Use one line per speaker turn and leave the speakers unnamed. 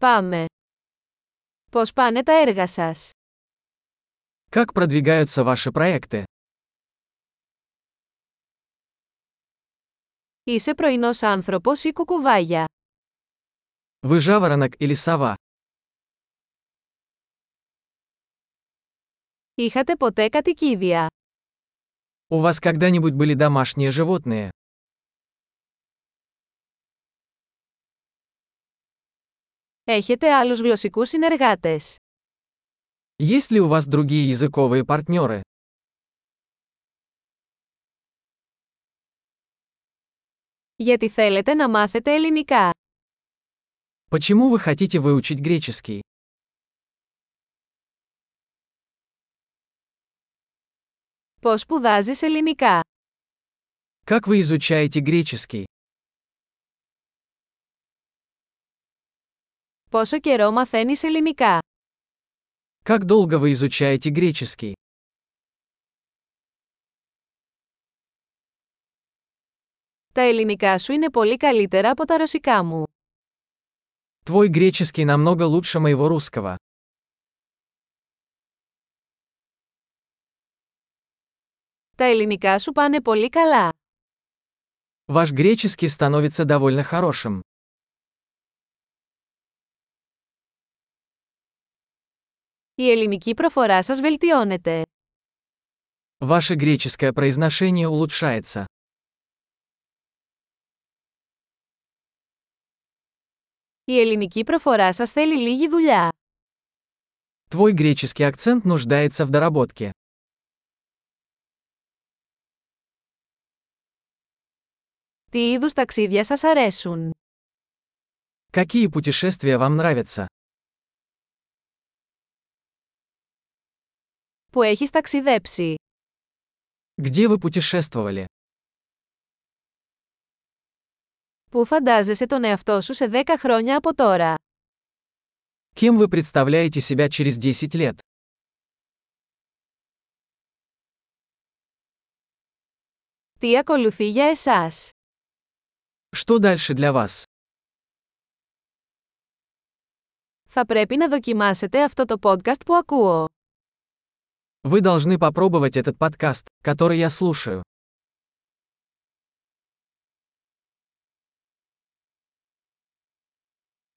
Πάμε. Πώς πάνε τα έργα σας?
Как продвигаются ваши проекты?
Είσαι πρωινός άνθρωπος ή κουκουβάγια.
Вы жаворонок или сова?
Είχατε ποτέ κατοικίδια.
У вас когда-нибудь были домашние животные?
Έχετε άλλους γλωσσικούς συνεργάτες.
Есть ли у вас другие языковые партнеры?
Γιατί θέλετε να μάθετε ελληνικά.
Почему вы хотите выучить греческий?
Πώς σπουδάζεις ελληνικά.
Как вы изучаете греческий?
Πόσο καιρό μαθαίνεις ελληνικά.
Как долго вы изучаете греческий?
Τα ελληνικά σου είναι πολύ καλύτερα από τα ρωσικά μου.
Твой греческий намного лучше моего русского.
Τα ελληνικά σου πάνε πολύ καλά.
Ваш греческий становится довольно хорошим.
Η ελληνική προφορά σας βελτιώνεται.
Ваше греческое произношение улучшается.
Η ελληνική προφορά σας θέλει λίγη δουλειά.
Твой греческий акцент нуждается в доработке.
Τι είδους ταξίδια σας αρέσουν.
Какие путешествия вам нравятся?
Που έχεις ταξιδέψει.
Где вы путешествовали?
Πού φαντάζεσαι τον εαυτό σου σε 10 χρόνια από τώρα.
Кем вы представляете себя через 10 лет?
Τι ακολουθεί για εσάς.
Что дальше для вас?
Θα πρέπει να δοκιμάσετε αυτό το podcast που ακούω.
Вы должны попробовать этот подкаст, который я слушаю.